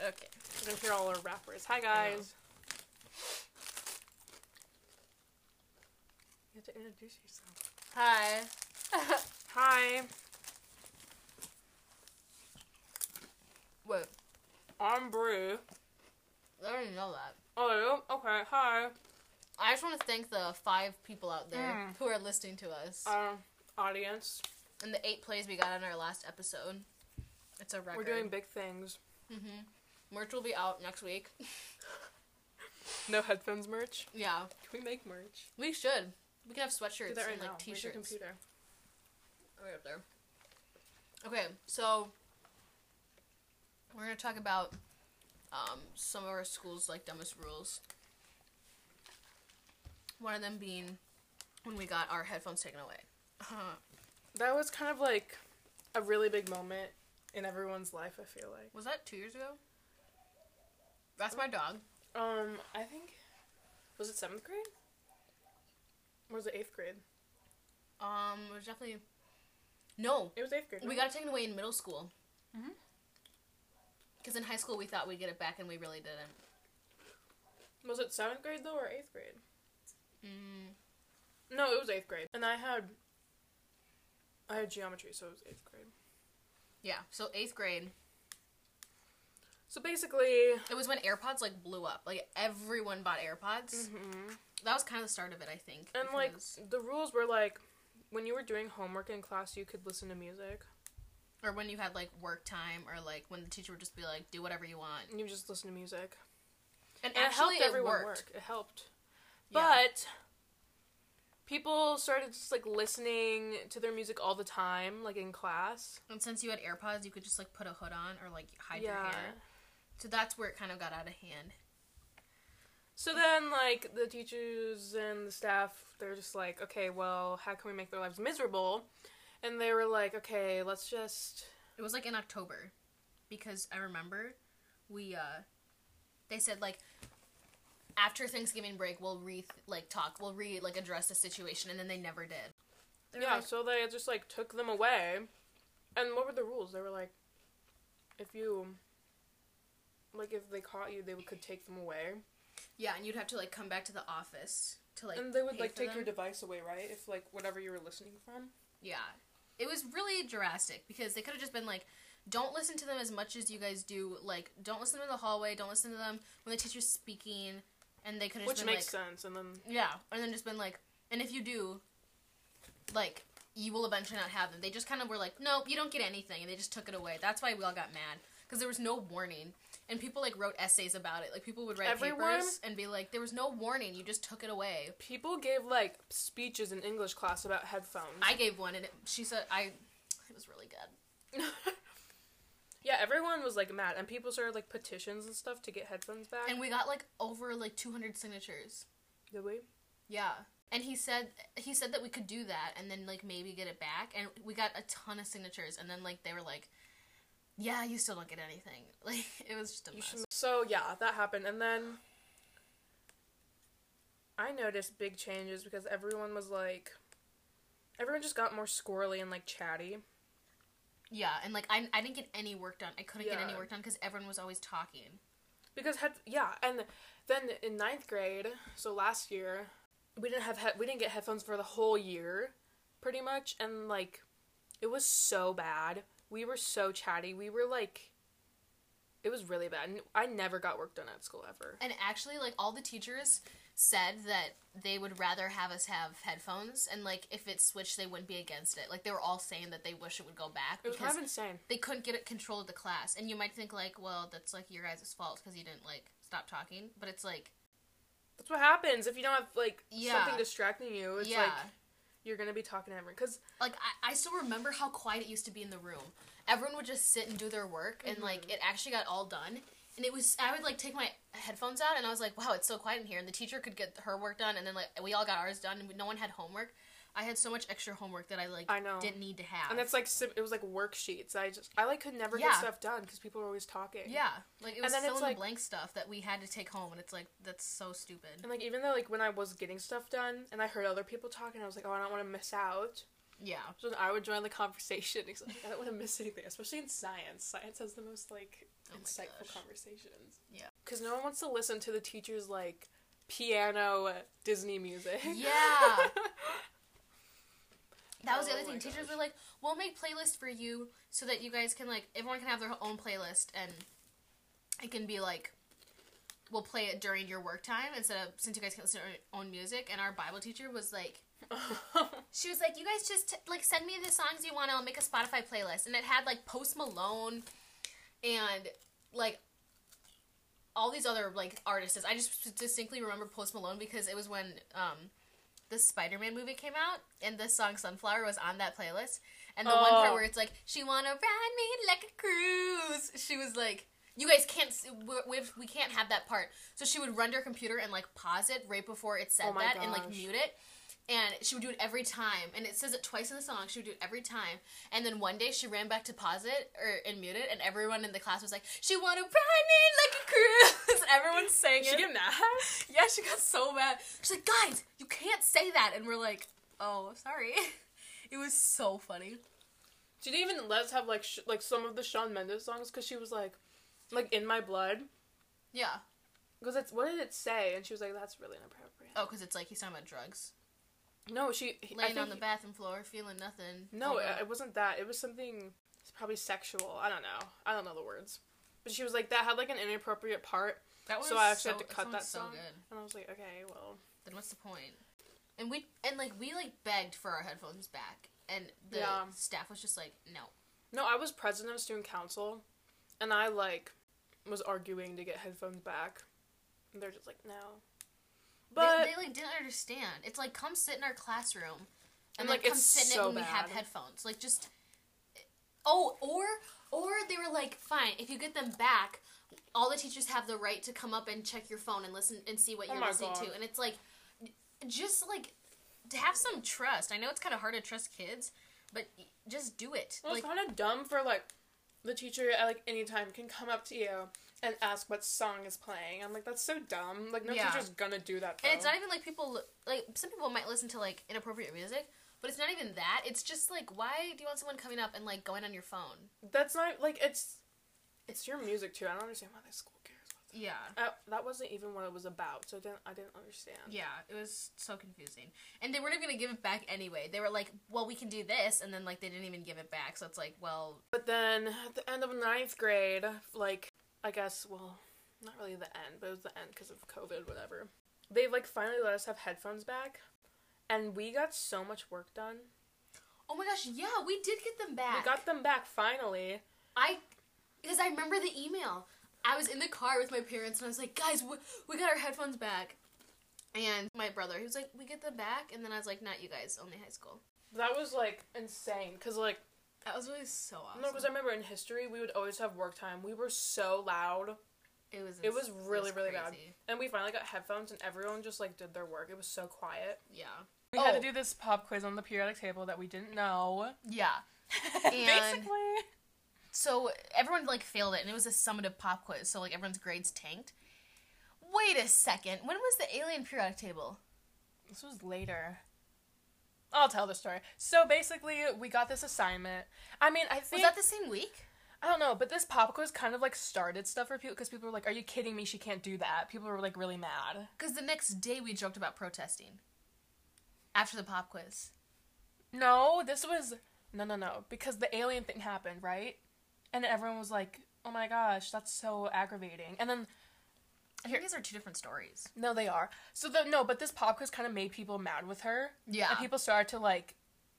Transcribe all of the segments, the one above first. Okay. We're gonna hear all our rappers. Hi guys. You have to introduce yourself. Hi. Hi, Wait, I'm Brew. I already know that. Oh, okay. Hi. I just want to thank the five people out there Mm. who are listening to us Um, audience. and the eight plays we got on our last episode. It's a record. We're doing big things. hmm Merch will be out next week. No headphones merch. yeah, Can we make merch? we should. We can have sweatshirts Do that right and now. like Where's your t-shirts. computer? Right up there. Okay, so we're gonna talk about um, some of our school's like dumbest rules. One of them being when we got our headphones taken away. That was kind of like a really big moment in everyone's life. I feel like. Was that two years ago? That's my dog. Um, I think was it seventh grade? Or was it eighth grade? Um, it was definitely no. It was eighth grade. We got it taken away in middle school. Mhm. Because in high school we thought we'd get it back and we really didn't. Was it seventh grade though or eighth grade? Mm. No, it was eighth grade. And I had I had geometry, so it was eighth grade. Yeah. So eighth grade. So basically, It was when AirPods like blew up. Like everyone bought AirPods. That was kind of the start of it, I think. Mm-hmm. and like Mm-hmm. because- the rules were like when you were doing homework in class, you could listen to music, or when you had like work time, or like when the teacher would just be like, "Do whatever you want," and you just listen to music. and, And actually it helped everyone worked. work. It helped. Yeah. But people started just like listening to their music all the time, like in class. and since you had AirPods, you could just like put a hood on or like hide your hair. So that's where it kind of got out of hand. So then, like, the teachers and the staff, they're just like, okay, well, how can we make their lives miserable? And they were like, okay, let's just. It was like in October, because I remember we uh, they said like after Thanksgiving break we'll re like talk we'll re like address the situation, and then they never did. They were Yeah, like, so they just, like, took them away. And what were the rules? They were like, if you. Like, if they caught you, they would, could take them away. yeah, and you'd have to like come back to the office to like and they would, pay like, for take them. your device away, right? If, like, whatever you were listening from. Yeah. It was really drastic because they could have just been like, don't listen to them as much as you guys do. Like, don't listen to them in the hallway. Don't listen to them when the teacher's speaking. And they could have Which just been makes like, sense. And then. yeah. And then just been like, and if you do, like, you will eventually not have them. They just kind of were like, nope, you don't get anything. And they just took it away. That's why we all got mad because there was no warning. And people like wrote essays about it. Like people would write Everyone- papers and be like, "There was no warning. You just took it away." People gave, like, speeches in English class about headphones. I gave one, and it, she said, "I." It was really good. yeah, everyone was like mad, and people started like petitions and stuff to get headphones back. And we got like over like 200 signatures. Did we? Yeah. And he said he said that we could do that and then like maybe get it back and we got a ton of signatures and then like they were like yeah, you still don't get anything. Like it was just a You mess. should. So yeah, that happened, and then I noticed big changes because everyone was like, everyone just got more squirrely and like chatty. Yeah, and like I, I didn't get any work done. I couldn't get any Yeah. work done cuz everyone was always talking. Because head yeah, and then in ninth grade, so last year, we didn't have he- we didn't get headphones for the whole year, pretty much, and like, it was so bad. We were so chatty. We were like, it was really bad. And I never got work done at school ever. And actually like all the teachers said that they would rather have us have headphones and like if it switched they wouldn't be against it. Like they were all saying that they wish it would go back It was kind of insane. they couldn't get it control of the class. And you might think like, well, that's like your guys' fault because you didn't like stop talking. But it's like, That's what happens if you don't have like Yeah. something distracting you. It's yeah, like you're gonna be talking to everyone because like I, I still remember how quiet it used to be in the room. Everyone would just sit and do their work, and like Mm-hmm. it actually got all done. And it was I would like take my headphones out, and I was like, wow, it's so quiet in here. And the teacher could get her work done, and then like we all got ours done, and no one had homework. I had so much extra homework that I like I know. didn't need to have. and it's like sim- it was like worksheets. I just I like could never get Yeah. stuff done because people were always talking. yeah, like it was then it's fill in like- the blank stuff that we had to take home, and it's like that's so stupid. And like even though like when I was getting stuff done and I heard other people talking, I was like, oh, I don't want to miss out. Yeah. So then I would join the conversation. It's like, I don't want to miss anything, especially in science. Science has the most like Oh my insightful gosh. conversations. Yeah. Because no one wants to listen to the teacher's like piano Disney music. Yeah. That was the Oh other my thing. Teachers gosh. were like, "We'll make playlists for you so that you guys can like everyone can have their own playlist and it can be like we'll play it during your work time instead of since you guys can listen to your own music." And our Bible teacher was like, she was like, "You guys just like send me the songs you want. I'll make a Spotify playlist." And it had like Post Malone and like all these other like artists. I just distinctly remember Post Malone because it was when um the Spider-Man movie came out and the song Sunflower was on that playlist. And the one part Oh. where it's like, "She wanna ride me like a cruise." She was like. You guys can't. s- We, we've- we can't have that part. So she would run to her computer and like pause it right before it said Oh my that and like gosh. mute it and she would do it every time and it says it twice in the song she would do it every time and then one day she ran back to pause it or and mute it and everyone in the class was like she want to ride me like a cruise and everyone sang she it get mad. yeah she got so mad she's like guys you can't say that and we're like oh sorry it was so funny She didn't even let us have like sh- like some of the Shawn Mendes songs because she was like, like in my blood. yeah Because it's what did it say? And she was like, that's really inappropriate. oh because it's like he's talking about drugs No, she he- I laying on think the he- bathroom floor feeling nothing No, Oh, it, it wasn't that. It was something it's probably sexual. I don't know. I don't know the words. But she was like that had like an inappropriate part, that so I actually had to cut one's that so song. good. and I was like, okay, well, then what's the point? And we and like we like begged for our headphones back, and the Yeah. staff was just like, no. no. I was president of student council, and I like was arguing to get headphones back. And they're just like, no. But But they, like didn't understand. It's like come sit in our classroom, and, And, like like, come it's sit in so it when we have bad. headphones. Like just oh or or they were like, fine, if you get them back, all the teachers have the right to come up and check your phone and listen and see what Oh you're my listening God. to. And it's like just like to have some trust. I know it's kind of hard to trust kids, but just do it. Well, like it's kind of dumb for like the teacher at like any time can come up to you and ask what song is playing. I'm like, that's so dumb. Like no Yeah. teacher's gonna do that. Though. And it's not even like people like some people might listen to like inappropriate music, but it's not even that. It's just like why do you want someone coming up and like going on your phone? That's not like it's. It's your music too. I don't understand why the school cares. About Yeah. that. Uh, that wasn't even what it was about, so I didn't. I didn't understand. Yeah, it was so confusing. And they weren't even going to give it back anyway. They were like, "Well, we can do this." And then like they didn't even give it back. So it's like, well, But then at the end of ninth grade, like I guess, well, not really the end, but it was the end because of COVID, whatever. They like finally let us have headphones back, and we got so much work done. oh my gosh, yeah, we did get them back. We got them back finally. I because I remember the email. I was in the car with my parents and I was like, guys, we, we got our headphones back. And my brother, he was like, we get them back. And then I was like, not you guys, only high school. That was like insane because like That was really so awesome. no, because I remember in history we would always have work time. We were so loud, It was. It was ins- really, really bad. crazy. and we finally got headphones, and everyone just like did their work. It was so quiet. Yeah. We had to Oh. do this pop quiz on the periodic table that we didn't know. Yeah. Basically, So everyone like failed it, and it was a summative pop quiz. So like everyone's grades tanked. Wait a second. When was the alien periodic table? this was later. I'll tell the story. So basically, we got this assignment. I mean, I Was think that the same week? I don't know, but this pop quiz kind of like started stuff for people because people were like, "Are you kidding me? She can't do that." People were like really mad. Because the next day we joked about protesting. After the pop quiz. No, this was no, no, no, because the alien thing happened, right? And everyone was like, "Oh my gosh, that's so aggravating." And then I think these are two different stories. no, they are. So the no, but this pop quiz kind of made people mad with her. Yeah. Mm-hmm. and people started to like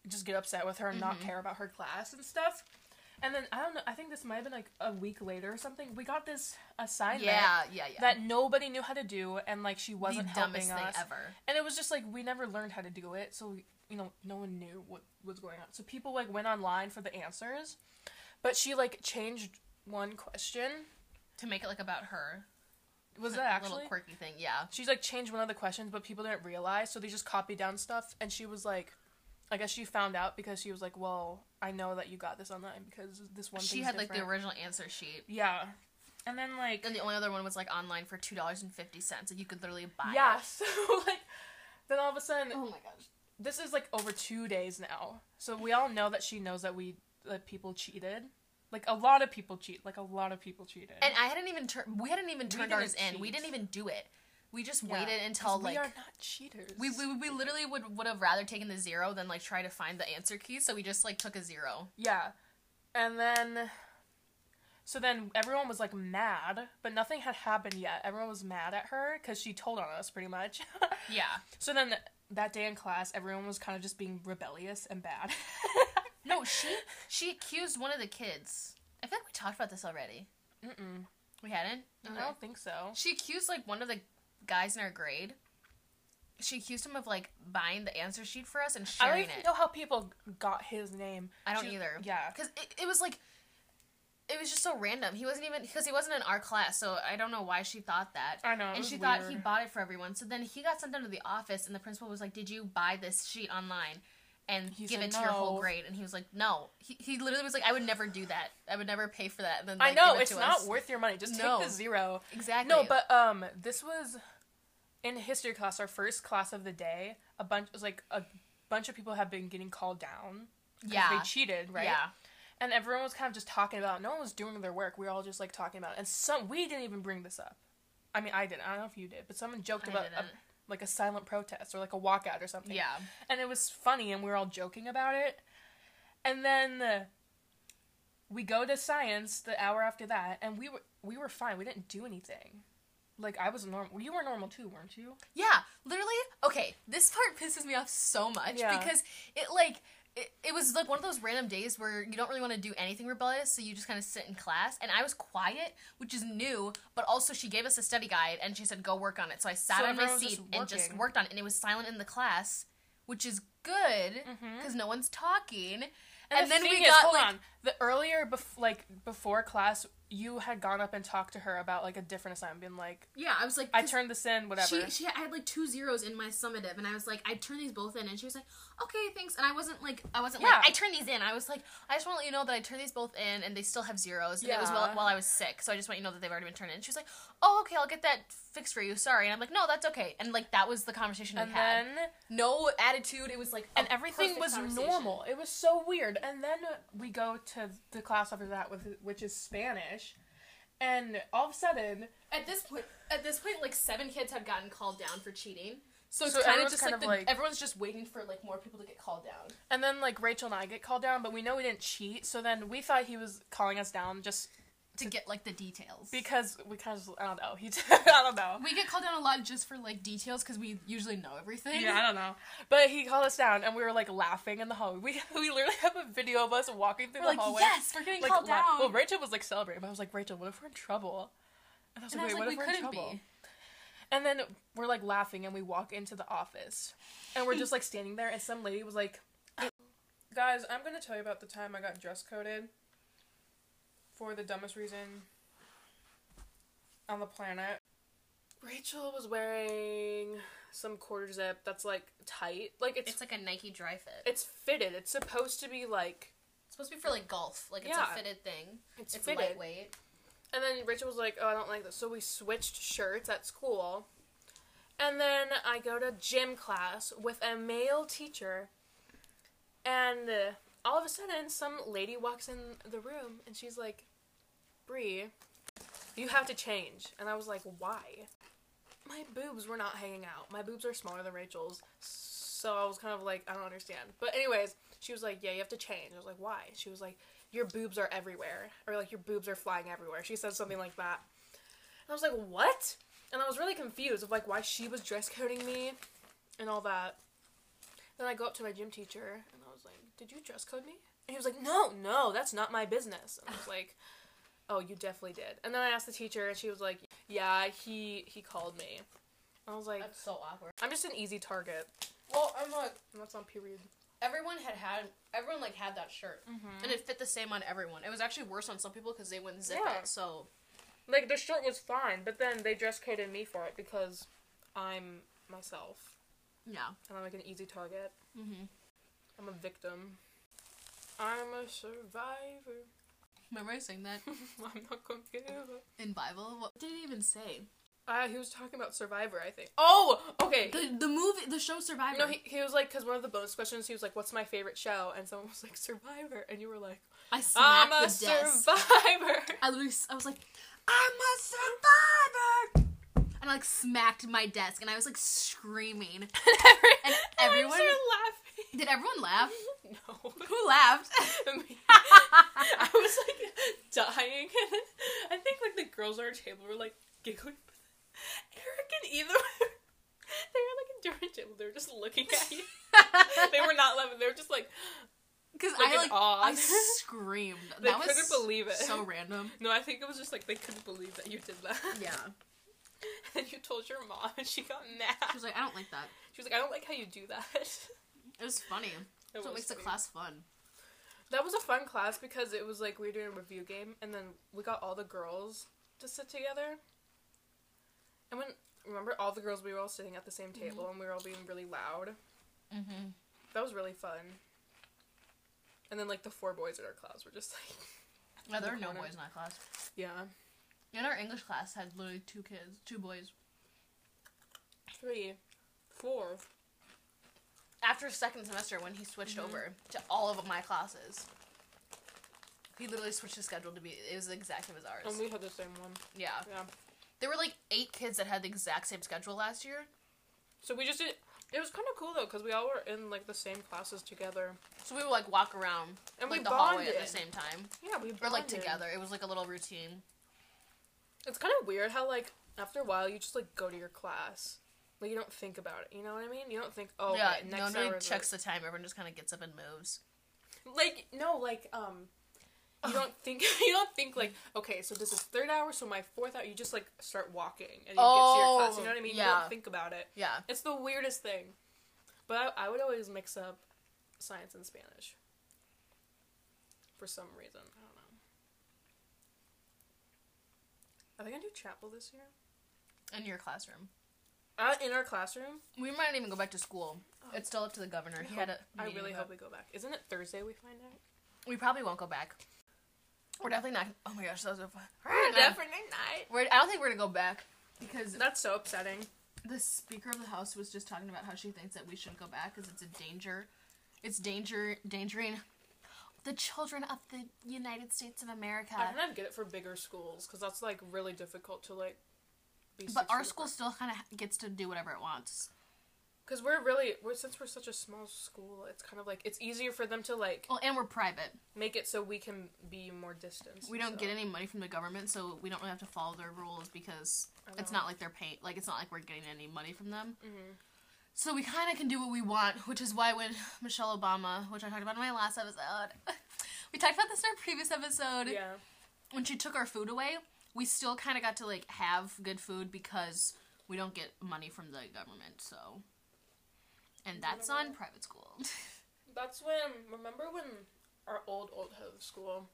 just get upset with her and not care about her class and stuff. And then I don't know. I think this might have been like a week later or something. We got this assignment Yeah, yeah, yeah. that nobody knew how to do, and like she the wasn't helping dumbest thing us. ever. and it was just like we never learned how to do it so you know no one knew what was going on so people like went online for the answers but she like changed one question To make it like about her was that actually little quirky thing. Yeah. she's like changed one of the questions but people didn't realize so they just copied down stuff and she was like i guess she found out because she was like well i know that you got this online because this one She thing's had like the different." original answer sheet. yeah and then like And the only other one was like online for two dollars and fifty cents. Like you could literally buy. yeah It. so like then all of a sudden Oh my gosh. this is like over two days now. So we all know that she knows that we that people cheated. Like a lot of people cheat. Like a lot of people cheated. And I hadn't even turned. We hadn't even turned didn't ours in. We cheat. didn't even do it. We just Yeah, waited 'cause until like we are not cheaters. we, we we literally would would have rather taken the zero than like try to find the answer key. So we just like took a zero. Yeah. And then so then everyone was like mad, but nothing had happened yet. Everyone was mad at her cuz she told on us pretty much. Yeah. so then that day in class, everyone was kind of just being rebellious and bad. No, she she accused one of the kids. I feel like we talked about this already. Mm-mm. We hadn't. I don't think so. She accused like one of the guys in our grade. She accused him of like buying the answer sheet for us and I don't sharing even it. know how people got his name. I don't She- either. Yeah. because it, it was like it was just so random. He wasn't even because he wasn't in our class, so I don't know why she thought that. I know. it and was she thought he weird. bought it for everyone. So then he got sent down to the office, and the principal was like, "Did you buy this sheet online and He give said it to your whole no. grade?" And he was like, "No." He, he literally was like, "I would never do that. I would never pay for that." And then I like, know give it it's to not us. worth your money. Just No. take the zero. exactly. No, but um, this was in history class, our first class of the day. A bunch it was like a bunch of people have been getting called down. 'cause yeah, they cheated, right? yeah, And everyone was kind of just talking about. it. No one was doing their work. We were all just like talking about, it. and some we didn't even bring this up. I mean, I didn't. I don't know if you did, but someone joked I about a, didn't. like a silent protest or like a walkout or something. yeah. And it was funny, and we were all joking about it. And then uh, we go to science the hour after that, and we were we were fine. We didn't do anything. Like I was normal. You were normal too, weren't you? Yeah, literally. Okay, this part pisses me off so much Yeah. because it like it, it was like one of those random days where you don't really want to do anything rebellious, so you just kind of sit in class. And I was quiet, which is new, but also she gave us a study guide and she said go work on it. So I sat So on my everyone was seat just and just working. worked on it, and it was silent in the class, which is good Mhm. because no one's talking. And, And the then then we is, got, hold like- on. The earlier, bef- like before class, you had gone up and talked to her about like a different assignment, being like, Yeah, I was like, "I turned this in, whatever." She, she I had like two zeros in my summative, and I was like, I turned these both in, and she was like, okay, thanks. And I wasn't like, I wasn't Yeah. like, I turned these in. I was like, I just want to let you know that I turned these both in, and they still have zeros. And it was while, Yeah. while I was sick, so I just want you to know that they've already been turned in. And she was like, oh, okay, I'll get that fixed for you. Sorry. And I'm like, no, that's okay. And like that was the conversation and we had. then No attitude. It was like, a and everything perfect was conversation. normal. It was so weird. And then we go to the class after that, with which is Spanish, and all of a sudden. At this point, at this point, like seven kids have gotten called down for cheating. So it's So kind of everyone's just kind like, of, the, like- everyone's just waiting for like more people to get called down. And then like Rachel and I get called down, but we know we didn't cheat. So then we thought he was calling us down just to get like the details. because we kind of I don't know. He I don't know. we get called down a lot just for like details because we usually know everything. Yeah, I don't know. But he called us down, and we were like laughing in the hallway. We we literally have a video of us walking through We're the like, hallway. yes, we're getting like, called la- down. Well, Rachel was like celebrating, but I was like, Rachel, what if we're in trouble? And I was and I like, was wait, like, what we if we're in couldn't trouble? be. And then we're like laughing, and we walk into the office, and we're just like standing there, and some lady was like, "Guys, I'm gonna tell you about the time I got dress coded for the dumbest reason on the planet." Rachel was wearing some quarter zip that's like tight, like it's It's like a Nike dry fit. It's it's fitted. It's supposed to be like supposed to be for like golf. Like it's Yeah. a fitted thing. it's, It's, fitted. lightweight. And then Rachel was like, "Oh, I don't like this." So we switched shirts at school. And then I go to gym class with a male teacher. And uh, all of a sudden some lady walks in the room and she's like, "Bree, you have to change." And I was like, "Why?" My boobs were not hanging out. My boobs are smaller than Rachel's. So I was kind of like, I don't understand. But anyways, she was like, "Yeah, you have to change." I was like, "Why?" She was like, your boobs are everywhere or like your boobs are flying everywhere she said something like that and i was like what and i was really confused of like why she was dress coding me and all that then i go up to my gym teacher and i was like did you dress code me and he was like no no that's not my business and i was like oh you definitely did and then i asked the teacher and she was like yeah he he called me i was like That's so awkward. i'm just an easy target Well, I'm like and that's on period everyone had had everyone like had that shirt, and it fit the same on everyone. It was actually worse on some people because they wouldn't zip Yeah. it. So Like the shirt was fine, but then they dress coded me for it because I'm myself yeah. and I'm like an easy target. Mm-hmm. I'm a victim. I'm a survivor. Remember I sang that I'm not gonna give up. in Bible? What did it even say? Uh, he was talking about Survivor, I think. Oh, okay. The the movie, the show Survivor. no, he, he was like, because one of the bonus questions, he was like, "What's my favorite show?" And someone was like, "Survivor," and you were like, I "I'm smacked a the desk. survivor." I literally, s- I was like, I'm a survivor. And I like smacked my desk, and I was like screaming. and everyone- started Did everyone laugh? laughing. No. Who laughed? I was like dying, and I think like the girls at our table were like giggling. Eric and Eva, they were like at different table. They were just looking at you. they were not laughing. They were just like, because like I in like awe. I screamed. They that was couldn't believe it. So random. no, I think it was just like they couldn't believe that you did that. Yeah. And you told your mom, and she got She mad. was like, I don't like that. She was like, I don't like how you do that. It was funny. It That's what was makes the funny. class fun. That was a fun class because it was like we were doing a review game, and then we got all the girls to sit together. And when remember all the girls, we were all sitting at the same table, and we were all being really loud. Mm-hmm. That was really fun. And then like the four boys in our class were just like, Yeah, there the were no corner. boys in that class. yeah, In our English class, had literally two kids, two boys. three, four. After second semester, when he switched over to all of my classes, he literally switched his schedule to be it was the exact same as ours. And we had the same one. yeah, Yeah. there were like eight kids that had the exact same schedule last year, So we just did. It was kind of cool though because we all were in like the same classes together, so we would like walk around and like we the bonded. hallway at the same time Yeah, we or bonded. like together. It was like a little routine. It's kind of weird how like after a while you just like go to your class, like you don't think about it. You know what I mean? You don't think, oh, yeah, okay, next nobody hour is checks the time. Everyone just kind of gets up and moves. over. Like no, like um, you don't think you don't think like okay, so this is third hour, so my fourth hour. You just like start walking and you get to your class. Oh, You know what I mean? You yeah. don't think about it. Yeah, It's the weirdest thing. But I, I would always mix up science and Spanish for some reason. I don't know. Are they gonna do chapel this year? in your classroom, Uh, in our classroom. we might not even go back to school. It's still up to the governor. Oh. I he hope- had a. I meeting really about- hope we go back. Isn't it Thursday we find out? We probably won't go back. We're definitely not. Oh my gosh, that was so fun. not. We're, I don't think we're gonna go back because That's so upsetting. the Speaker of the House was just talking about how she thinks that we shouldn't go back because it's a danger. It's danger, dangering the children of the United States of America. I kind of get it for bigger schools because that's like really difficult to like. be But our school still kind of gets to do whatever it wants. because we're really we're since we're such a small school, it's kind of like it's easier for them to like Well, and we're private. make it so we can be more distanced. We don't so. get any money from the government, so we don't really have to follow their rules because I it's know. not like they're paying. Like it's not like we're getting any money from them. Mhm. So we kind of can do what we want, which is why when Michelle Obama, which I talked about in my last episode, we talked about this in our previous episode, Yeah, when she took our food away, we still kind of got to like have good food because we don't get money from the government. So, and that's on private school. that's when remember when our old old home school,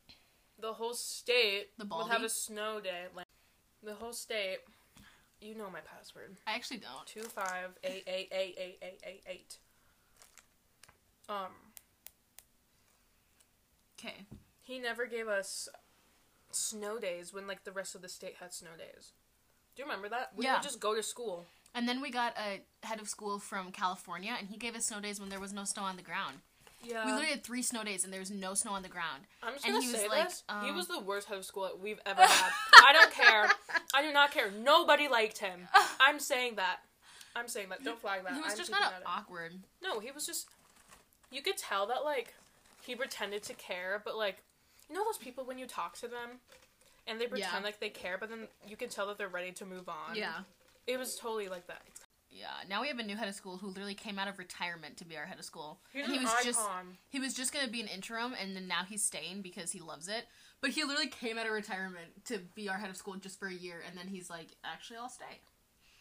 the whole state The would Baldy? have a snow day. Like the whole state, you know my password. I actually don't. two five eight eight eight eight eight eight eight. Um, Okay, he never gave us snow days when like the rest of the state had snow days. Do you remember that? We Yeah. would just go to school. and then we got a head of school from California, and he gave us snow days when there was no snow on the ground. Yeah. we literally had three snow days, and there was no snow on the ground. I'm just and gonna he was say like, this. he um, was the worst head of school that we've ever had. uh, I don't care. I do not care. Nobody liked him. I'm saying that. I'm saying that. Don't flag that. He was I'm just keeping kind of that in. awkward. No, he was just. You could tell that like he pretended to care, but like you know those people when you talk to them, and they pretend Yeah. like they care, but then you can tell that they're ready to move on. Yeah. it was totally like that. Yeah, now we have a new head of school who literally came out of retirement to be our head of school. He's and he an was icon. just he was just gonna be an interim and then now he's staying because he loves it. But he literally came out of retirement to be our head of school just for a year and then he's like, actually I'll stay.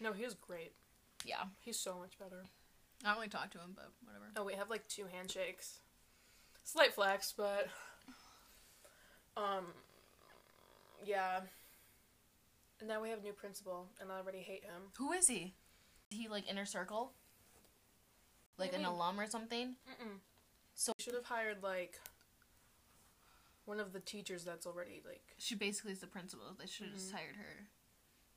No, he was great. Yeah. He's so much better. I don't really talk to him, but whatever. Oh, we have like two handshakes. Slight flex, but um, yeah. And now we have a new principal, and I already hate him. Who is he? Is he like inner circle? Like do an you mean? alum or something? Mm-mm. So- So we should have hired like one of the teachers that's already like Mm-hmm. She basically is the principal. They should have just hired her.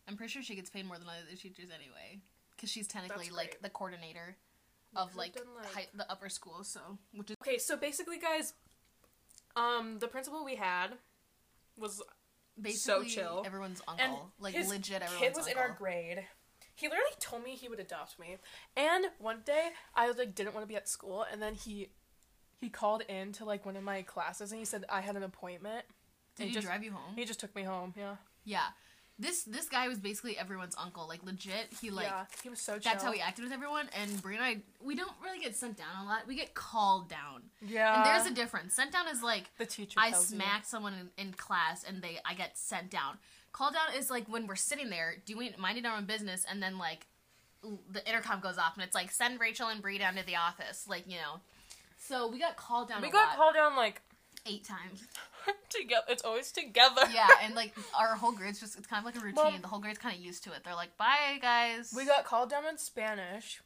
I'm pretty sure she gets paid more than other teachers anyway, because she's technically That's like great. the coordinator of could've like, done, like- hi- the upper school. So which is Okay, so basically, guys, um, the principal we had was basically chill. everyone's uncle, and like his legit everyone's kid was in uncle. our grade. He literally told me he would adopt me, and one day I like didn't want to be at school, and then he he called in to like one of my classes, and he said I had an appointment. Did and he just, drive you home? He just took me home. Yeah, Yeah. This this guy was basically everyone's uncle, like legit. He like yeah, he was so chill. that's how he acted with everyone. And Brie and I, we don't really get sent down a lot. We get called down, Yeah, and there's a difference. Sent down is like the teacher. I tells you. smack someone in, in class and they I get sent down. Called down is like when we're sitting there doing minding our own business, and then like l- the intercom goes off and it's like send Rachel and Brie down to the office, like you know. So we got called down. We a got lot. called down like eight times. together. It's always together. yeah, and like our whole grade's just it's kind of like a routine. Well- the whole grade's kind of used to it. They're like, "Bye, guys." we got called down in Spanish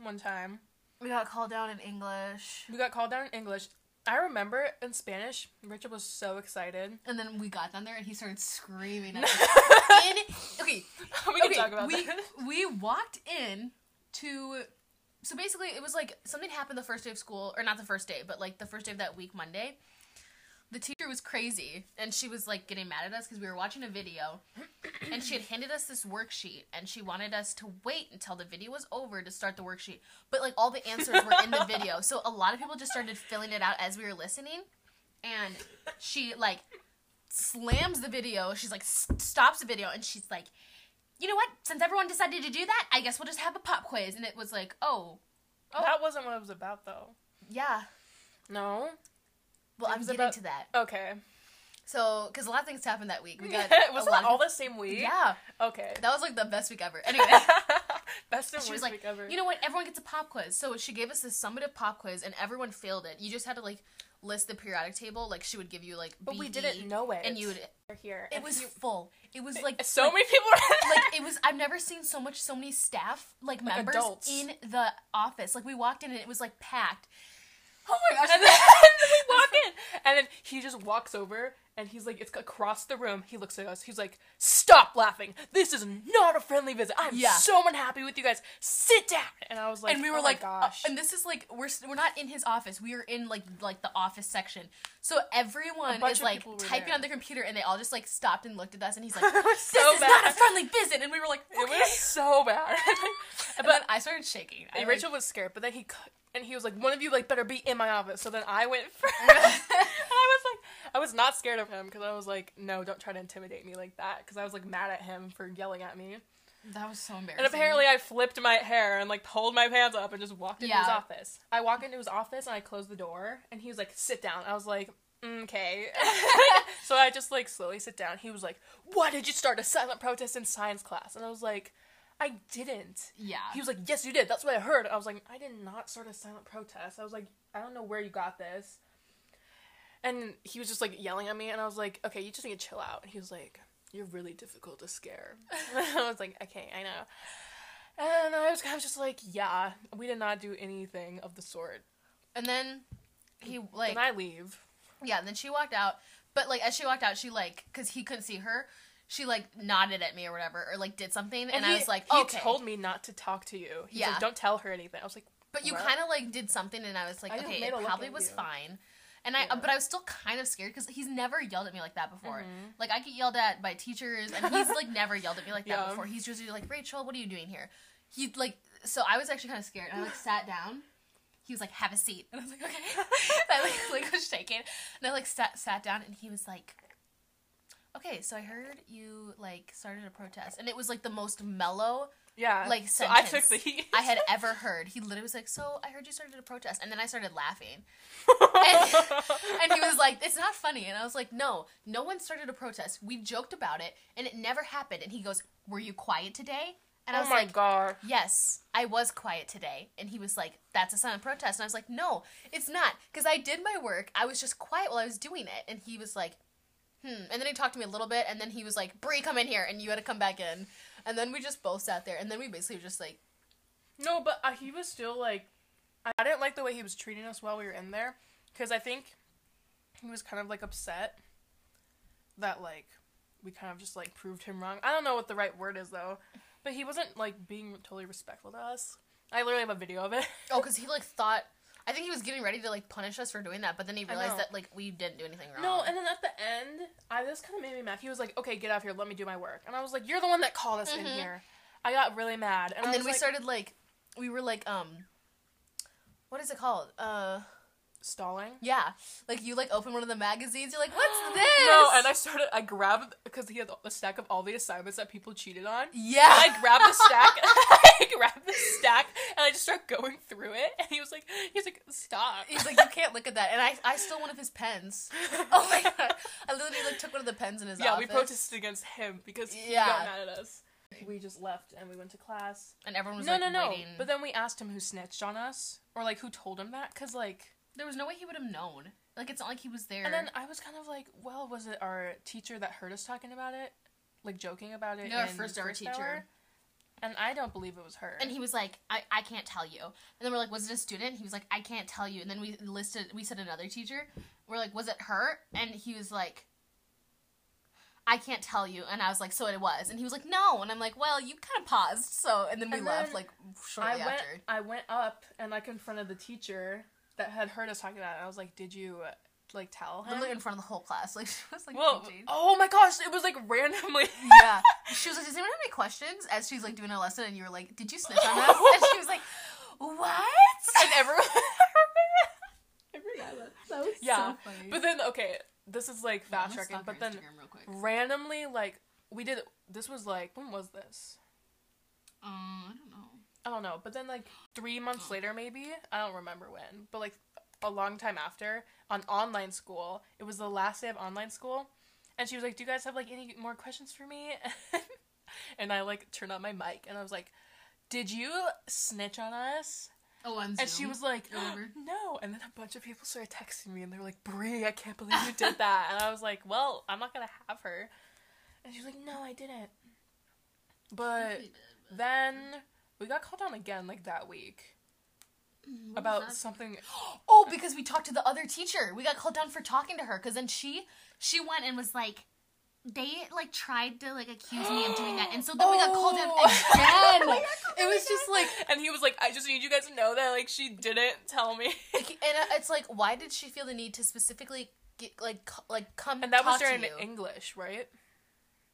one time. we got called down in English, We got called down in English. I remember in Spanish, Richard was so excited. and then we got down there, and he started screaming. At us. in, okay, we okay, we we walked in to. So basically, it was like something happened the first day of school, or not the first day, but like the first day of that week, Monday. The teacher was crazy, and she was like getting mad at us because we were watching a video, and she had handed us this worksheet, and she wanted us to wait until the video was over to start the worksheet. But like all the answers were in the video, so a lot of people just started filling it out as we were listening, and she like slams the video. She's like s- stops the video, and she's like, you know what? Since everyone decided to do that, I guess we'll just have a pop quiz. And it was like, oh, Oh. That wasn't what it was about, though. yeah. No. Well, It I'm was getting about- to that. Okay. So, because a lot of things happened that week. We got was a lot that all of, the same week? Yeah, Okay. that was like the best week ever. Anyway, Best and she was worst like, week ever. you know what? Everyone gets a pop quiz. So she gave us this summative pop quiz, and everyone failed it. You just had to like list the periodic table. Like she would give you like, but we BE, didn't know it. and you would. were here. It and was you- full. It was like so like, many people. Were like it was i've never seen so much so many staff like, members adults. in the office like we walked in and it was like packed oh my gosh and then we walk in, and then he just walks over, and he's like, it's across the room. He looks at us. He's like, stop laughing. This is not a friendly visit. I'm Yeah. so unhappy with you guys. Sit down. And I was like, and we "Oh were my like uh, gosh. and this is like we're s- we're not in his office we are in like like the office section so everyone bunch is of like people were typing there. on their computer and they all just like stopped and looked at us and he's like It was this so is bad. not a friendly visit and we were like It okay. was so bad. and but then i started shaking I, And like- Rachel was scared, but then he cu- and he was like, "One of you like better be in my office." So then I went first, and I was like, I was not scared of him because I was like, "No, don't try to intimidate me like that," because I was like mad at him for yelling at me. that was so embarrassing And apparently, I flipped my hair and like pulled my pants up and just walked into his Yeah. office. I walk into his office and I close the door, and he was like, "Sit down." I was like. Okay. so I just like slowly sit down. He was like, Why did you start a silent protest in science class? And I was like, I didn't. yeah He was like, "Yes, you did. That's what I heard." I was like, "I did not start a silent protest." I was like, "I don't know where you got this." And he was just like yelling at me, and I was like, "Okay, you just need to chill out." And he was like, "You're really difficult to scare." I was like, "Okay, I know." And I was kind of just like, "Yeah, we did not do anything of the sort." and then he like and I leave. Yeah, and then she walked out. But like as she walked out, she like because he couldn't see her, she like nodded at me or whatever, or like did something, and, I he- was like, "He okay. told me not to talk to you. He's Yeah. like, don't tell her anything." I was like, but you Well. kind of like did something, and I was like, I just okay, made it a look probably at was you. fine. And I, Yeah. but I was still kind of scared because he's never yelled at me like that before. Mm-hmm. Like I get yelled at by teachers, and he's like never yelled at me like that Yeah. before. He's just like, Rachel, what are you doing here? He like, so I was actually kind of scared. And I like sat down. He was like, have a seat, and I was like, okay. I like, like was shaking, and I like sat sat down, and he was like, Okay, so I heard you like started a protest, and it was like the most mellow "Yeah." like so sentence I took the heat. I had ever heard. He literally was like, "So I heard you started a protest," and then I started laughing, and he was like, "It's not funny," and I was like, "No, no one started a protest. We joked about it, and it never happened." And he goes, "Were you quiet today?" And I "Oh was my like, god." Yes, I was quiet today. And he was like, That's a sign of protest. And I was like, No, it's not. Because I did my work. I was just quiet while I was doing it. And he was like, Hmm. And then he talked to me a little bit. And then he was like, Brie, come in here. And you had to come back in. And then we just both sat there. And then we basically were just like, No, but uh, he was still like, I I didn't like the way he was treating us while we were in there, because I think he was kind of like upset that like we kind of just like proved him wrong. I don't know what the right word is though, but he wasn't like being totally respectful to us. I literally have a video of it. Oh, because he like thought. I think he was getting ready to like punish us for doing that, but then he know. realized that like we didn't do anything wrong. No, and then at the end, I this kind of made me mad. He was like, "Okay, get out of here. Let me do my work." And I was like, "You're the one that called us in Mhm. here." I got really mad, and, I and then was we like, started like we were like um, what is it called? Uh, stalling. yeah, like you like open one of the magazines. You're like, what's this? No, and I started. I grabbed because he had a stack of all the assignments that people cheated on. yeah, I grabbed the stack. I grabbed the stack, and I just start going through it. And he was like, "He's like, stop." He's like, you can't look at that. And I, I stole one of his pens. Oh my god! I literally like took one of the pens in his Yeah, office. we protested against him because he Yeah. got mad at us. We just left and we went to class. and everyone was No, like, no, no. waiting. But then we asked him who snitched on us or like who told him that because like. there was no way he would have known. Like, it's not like he was there. And then I was kind of like, well, was it our teacher that heard us talking about it? Like joking about it? Yeah, our in first hour teacher. And I don't believe it was her. and he was like, I, I can't tell you. And then we're like, was it a student? He was like, I can't tell you. And then we listed, we said another teacher. We're like, was it her? And he was like, I can't tell you. And I was like, so it was. And he was like, no. And I'm like, well, you kind of paused. So, and then we And left then like shortly I went, after. I went up and I confronted the teacher that had heard us talking about it. And I was like, did you uh, like tell him? Literally in front of the whole class. Like, she was like, well, "Jane." oh my gosh, it was like randomly. yeah. She was like, Does anyone have any questions? As she's like doing her lesson, and you were like, Did you snitch on us? And she was like, What? and everyone. That was Yeah, so funny. but then okay, this is like Yeah, I'm gonna fast tracking. stalk But her then Instagram real quick. Um, randomly, like we did. This was like when was this? Um, I don't know. I don't know, but then like three months later, maybe I don't remember when, but like a long time after on online school, it was the last day of online school, and she was like, "Do you guys have like any more questions for me?" and I like turned on my mic and I was like, "Did you snitch on us?" Oh, on And she Zoom. was like, or whatever. "No." And then a bunch of people started texting me and they were like, "Bree, I can't believe you did that." and I was like, "Well, I'm not gonna have her." And she was like, "No, I didn't." But then we got called on again like that week Mm, what about was that? something. oh because we talked to the other teacher we got called down for talking to her because then she she went and was like they like tried to like accuse me of doing that and so then we got called down Oh. again We got it was just like And he was like, "I just need you guys to know that like she didn't tell me." Like, and uh, it's like, why did she feel the need to specifically get, like c- like come and that was talk to during you? English, right?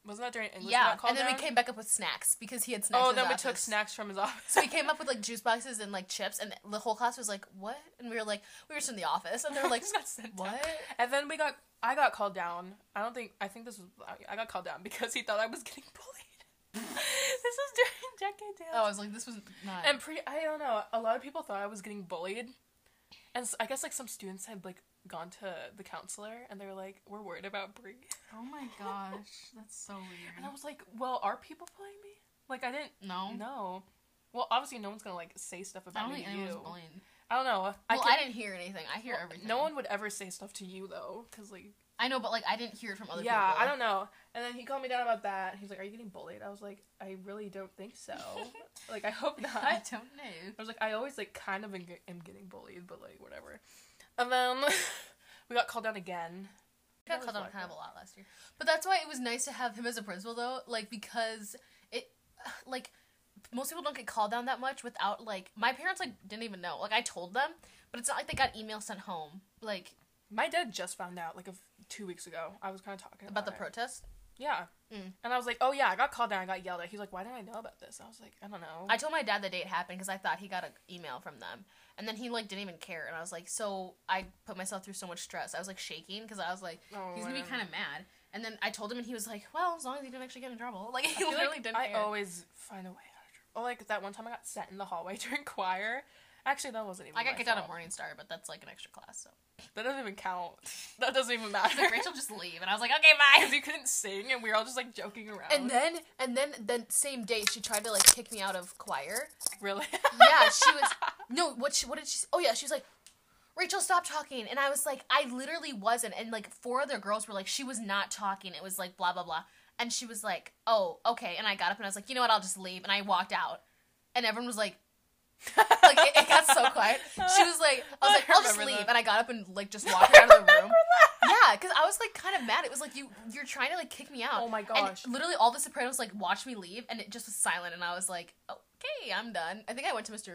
Wasn't that during English? we yeah, got called and then down? we came back up with snacks because he had snacks. Oh, in his then we office. took snacks from his office. So we came up with like juice boxes and like chips, and the whole class was like, "What?" And we were like, "We were just in the office," and they were like, Just got sent down. "What?" And then we got. I got called down. I don't think. I think this was. I got called down because he thought I was getting bullied. this was during Decade Dance. Oh, I was like, "This was not." And pre, I don't know. A lot of people thought I was getting bullied, and s I I guess like some students had like gone to the counselor and they were like, "We're worried about Bree," oh my gosh, that's so and I was like, "Well, are people bullying me? Like, I didn't No, know. Well, obviously, no one's gonna like say stuff I about don't me think to anyone was you. bullying. I don't know. Well, could- I, didn't hear anything. I hear well, everything. No one would ever say stuff to you though, because like, I know, but like, I didn't hear it from other yeah, people. I don't know. And then he called me down about that. He's like, "Are you getting bullied?" I was like, "I really don't think so. like, I hope not." I don't know. I was like, I always like kind of am ge- am getting bullied, but like whatever. And then we got called down again. I got That called was out kind of like a lot last year, but that's why it was nice to have him as a principal though, like because it, like, most people don't get called down that much without like my parents like didn't even know. Like I told them, but it's not like they got email sent home like My dad just found out like a f- two weeks ago. I was kind of talking about, about the it. protest. Yeah. Mm. And I was like, oh yeah, I got called down. I got yelled at. He's like, why didn't I know about this? I was like, I don't know. I told my dad the day it happened because I thought he got an email from them, and then he like didn't even care, and I was like, so I put myself through so much stress. I was like shaking because I was like, Oh, he's gonna be man. kind of mad. And then I told him, and he was like, "Well, as long as you don't actually get in trouble, like I he feel literally like didn't." I care. always find a way out of trouble. Or like that one time I got set in the hallway during choir. Actually, that wasn't even. I got my kicked out of fault. Morningstar, but that's like an extra class. So That doesn't even count. That doesn't even matter. She's like, Rachel, just leave. And I was like, okay, 'Cause you couldn't sing, and we were all just like joking around. And then, and then, the same day, she tried to like kick me out of choir. really? Yeah, she was. No, what? She, what did she? s- Oh yeah, she was like, Rachel, stop talking. And I was like, I literally wasn't. And like four other girls were like, she was not talking. It was like blah blah blah. And she was like, oh okay. And I got up and I was like, you know what? I'll just leave. And I walked out. And everyone was like, like it, it got so quiet. She was like, I was like, I I'll just remember leave. that. And I got up and like just walked her out of the room. Yeah, Yeah, because I was like kind of mad. It was like you you're trying to like kick me out. Oh my And gosh. literally all the Sopranos like watched me leave, and it just was silent. And I was like, okay, I'm done. I think I went to Mr.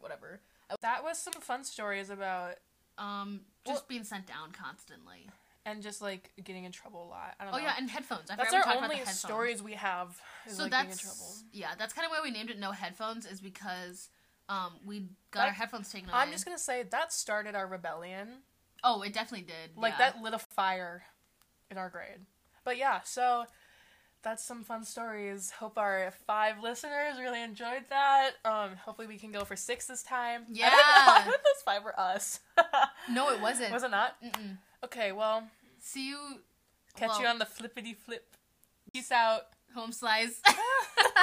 Whatever. That was some fun stories about Um, just Well- being sent down constantly. and just like getting in trouble a lot. I don't Oh know. yeah, and headphones. I that's forgot we our talked only about the headphones. stories we have is so like being in that's trouble. yeah, that's kind of why we named it "No Headphones" is because um we got That- our headphones taken away. I'm just gonna say that started our rebellion. oh, it definitely did. Like yeah. that lit a fire in our grade. But yeah, so that's some fun stories. Hope our five listeners really enjoyed that. Um, hopefully we can go for six this time. I think, I Yeah. think those five were us. No, it wasn't. Was it not? Mm-mm. Okay, well, See you. catch you Well- on the flippity flip. Peace out. Home slice.